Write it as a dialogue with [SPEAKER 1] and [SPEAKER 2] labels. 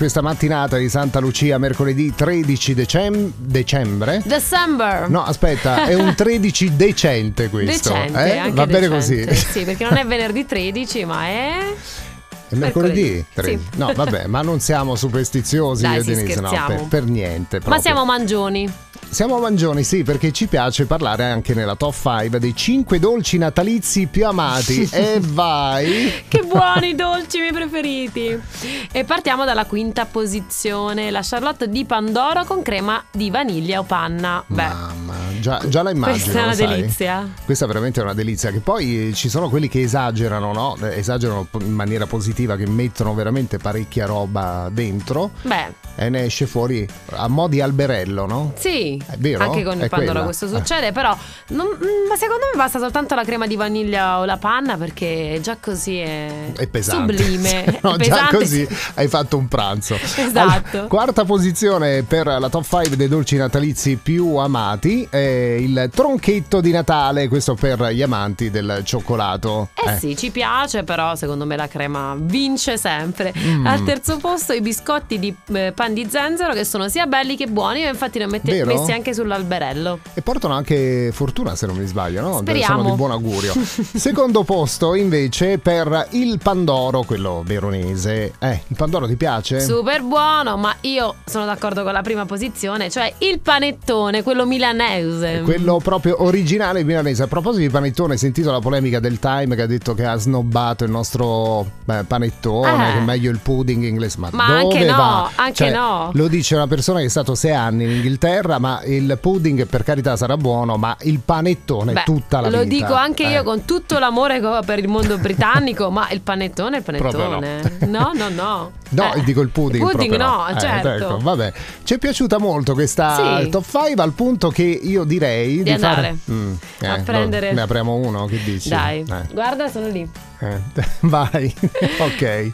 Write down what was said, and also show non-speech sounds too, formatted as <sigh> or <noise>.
[SPEAKER 1] questa mattinata di Santa Lucia, mercoledì 13 decem- decembre.
[SPEAKER 2] December.
[SPEAKER 1] No, aspetta, è
[SPEAKER 2] <laughs>
[SPEAKER 1] un 13 decente questo.
[SPEAKER 2] Decente,
[SPEAKER 1] eh?
[SPEAKER 2] anche
[SPEAKER 1] Va bene
[SPEAKER 2] decente.
[SPEAKER 1] così.
[SPEAKER 2] Sì, perché non è venerdì 13, ma è.
[SPEAKER 1] <laughs> È mercoledì?
[SPEAKER 2] Mercoledì,
[SPEAKER 1] 13.
[SPEAKER 2] sì.
[SPEAKER 1] No, vabbè, ma non siamo superstiziosi
[SPEAKER 2] Dai,
[SPEAKER 1] io e
[SPEAKER 2] sì,
[SPEAKER 1] Denise, no,
[SPEAKER 2] scherziamo.
[SPEAKER 1] per, per niente.
[SPEAKER 2] Ma
[SPEAKER 1] proprio.
[SPEAKER 2] siamo mangioni.
[SPEAKER 1] Siamo mangioni, sì, perché ci piace parlare anche nella top 5 dei 5 dolci natalizi più amati.
[SPEAKER 2] <laughs>
[SPEAKER 1] e vai! <laughs>
[SPEAKER 2] Che buoni i dolci miei preferiti. E partiamo dalla quinta posizione, la Charlotte di Pandoro con crema di vaniglia o panna. Beh,
[SPEAKER 1] Mamma, già, già la immagino.
[SPEAKER 2] questa è una
[SPEAKER 1] sai?
[SPEAKER 2] delizia.
[SPEAKER 1] Questa è veramente una delizia. Che poi eh, ci sono quelli che esagerano, no? Eh, Esagerano po- in maniera positiva, che mettono veramente parecchia roba dentro
[SPEAKER 2] Beh,
[SPEAKER 1] e ne esce fuori a mo' di alberello, no?
[SPEAKER 2] sì.
[SPEAKER 1] È vero?
[SPEAKER 2] Anche con
[SPEAKER 1] È
[SPEAKER 2] il pandoro
[SPEAKER 1] quella. Eh.
[SPEAKER 2] questo succede, però non- mm, ma secondo me basta soltanto la crema di vaniglia o la panna perché già così è,
[SPEAKER 1] È pesante.
[SPEAKER 2] sublime,
[SPEAKER 1] <laughs> No, già
[SPEAKER 2] è pesante.
[SPEAKER 1] così hai fatto un pranzo.
[SPEAKER 2] Esatto.
[SPEAKER 1] Allora, quarta posizione per la top 5 dei dolci natalizi più amati è il tronchetto di Natale, questo per gli amanti del cioccolato.
[SPEAKER 2] Eh, sì, ci piace, però secondo me la crema vince sempre.
[SPEAKER 1] Mm.
[SPEAKER 2] Al terzo posto i biscotti di eh, pan di zenzero che sono sia belli che buoni, e infatti li ho mette-
[SPEAKER 1] Vero?
[SPEAKER 2] messi anche sull'alberello.
[SPEAKER 1] E portano anche fortuna, se non mi sbaglio, no?
[SPEAKER 2] Speriamo.
[SPEAKER 1] Sono di buon
[SPEAKER 2] <laughs>
[SPEAKER 1] augurio. Secondo posto, invece, per il Pandoro, quello veronese. Eh, il Pandoro ti piace?
[SPEAKER 2] Super buono, ma io sono d'accordo con la prima posizione, cioè il panettone, quello milanese.
[SPEAKER 1] Eh, Quello proprio originale milanese. A proposito di panettone, hai sentito la polemica del Time che ha detto che ha snobbato il nostro eh, panettone,
[SPEAKER 2] Eh.
[SPEAKER 1] che è meglio il pudding inglese. Ma,
[SPEAKER 2] Ma
[SPEAKER 1] dove
[SPEAKER 2] anche no,
[SPEAKER 1] va?
[SPEAKER 2] anche
[SPEAKER 1] Cioè,
[SPEAKER 2] no.
[SPEAKER 1] Lo dice una persona che è stato sei anni in Inghilterra, ma il pudding per carità sarà buono, ma il panettone
[SPEAKER 2] Beh,
[SPEAKER 1] tutta la
[SPEAKER 2] lo
[SPEAKER 1] vita.
[SPEAKER 2] dico anche
[SPEAKER 1] Eh.
[SPEAKER 2] io con tutto l'amore che ho per il mondo britannico, ma il panettone è il
[SPEAKER 1] Proprio
[SPEAKER 2] panettone.
[SPEAKER 1] <laughs> no.
[SPEAKER 2] No, no, no.
[SPEAKER 1] No,
[SPEAKER 2] Eh,
[SPEAKER 1] dico il pudding.
[SPEAKER 2] Pudding
[SPEAKER 1] proprio
[SPEAKER 2] no,
[SPEAKER 1] Eh,
[SPEAKER 2] certo.
[SPEAKER 1] ecco, vabbè. Ci è piaciuta molto questa
[SPEAKER 2] Sì.
[SPEAKER 1] top 5 al punto che io direi di, fare...
[SPEAKER 2] andare
[SPEAKER 1] Mm,
[SPEAKER 2] a
[SPEAKER 1] no,
[SPEAKER 2] prendere-
[SPEAKER 1] ne apriamo uno, che dici?
[SPEAKER 2] Dai,
[SPEAKER 1] Eh, <laughs>
[SPEAKER 2] guarda, sono lì.
[SPEAKER 1] eh, Vai. ok.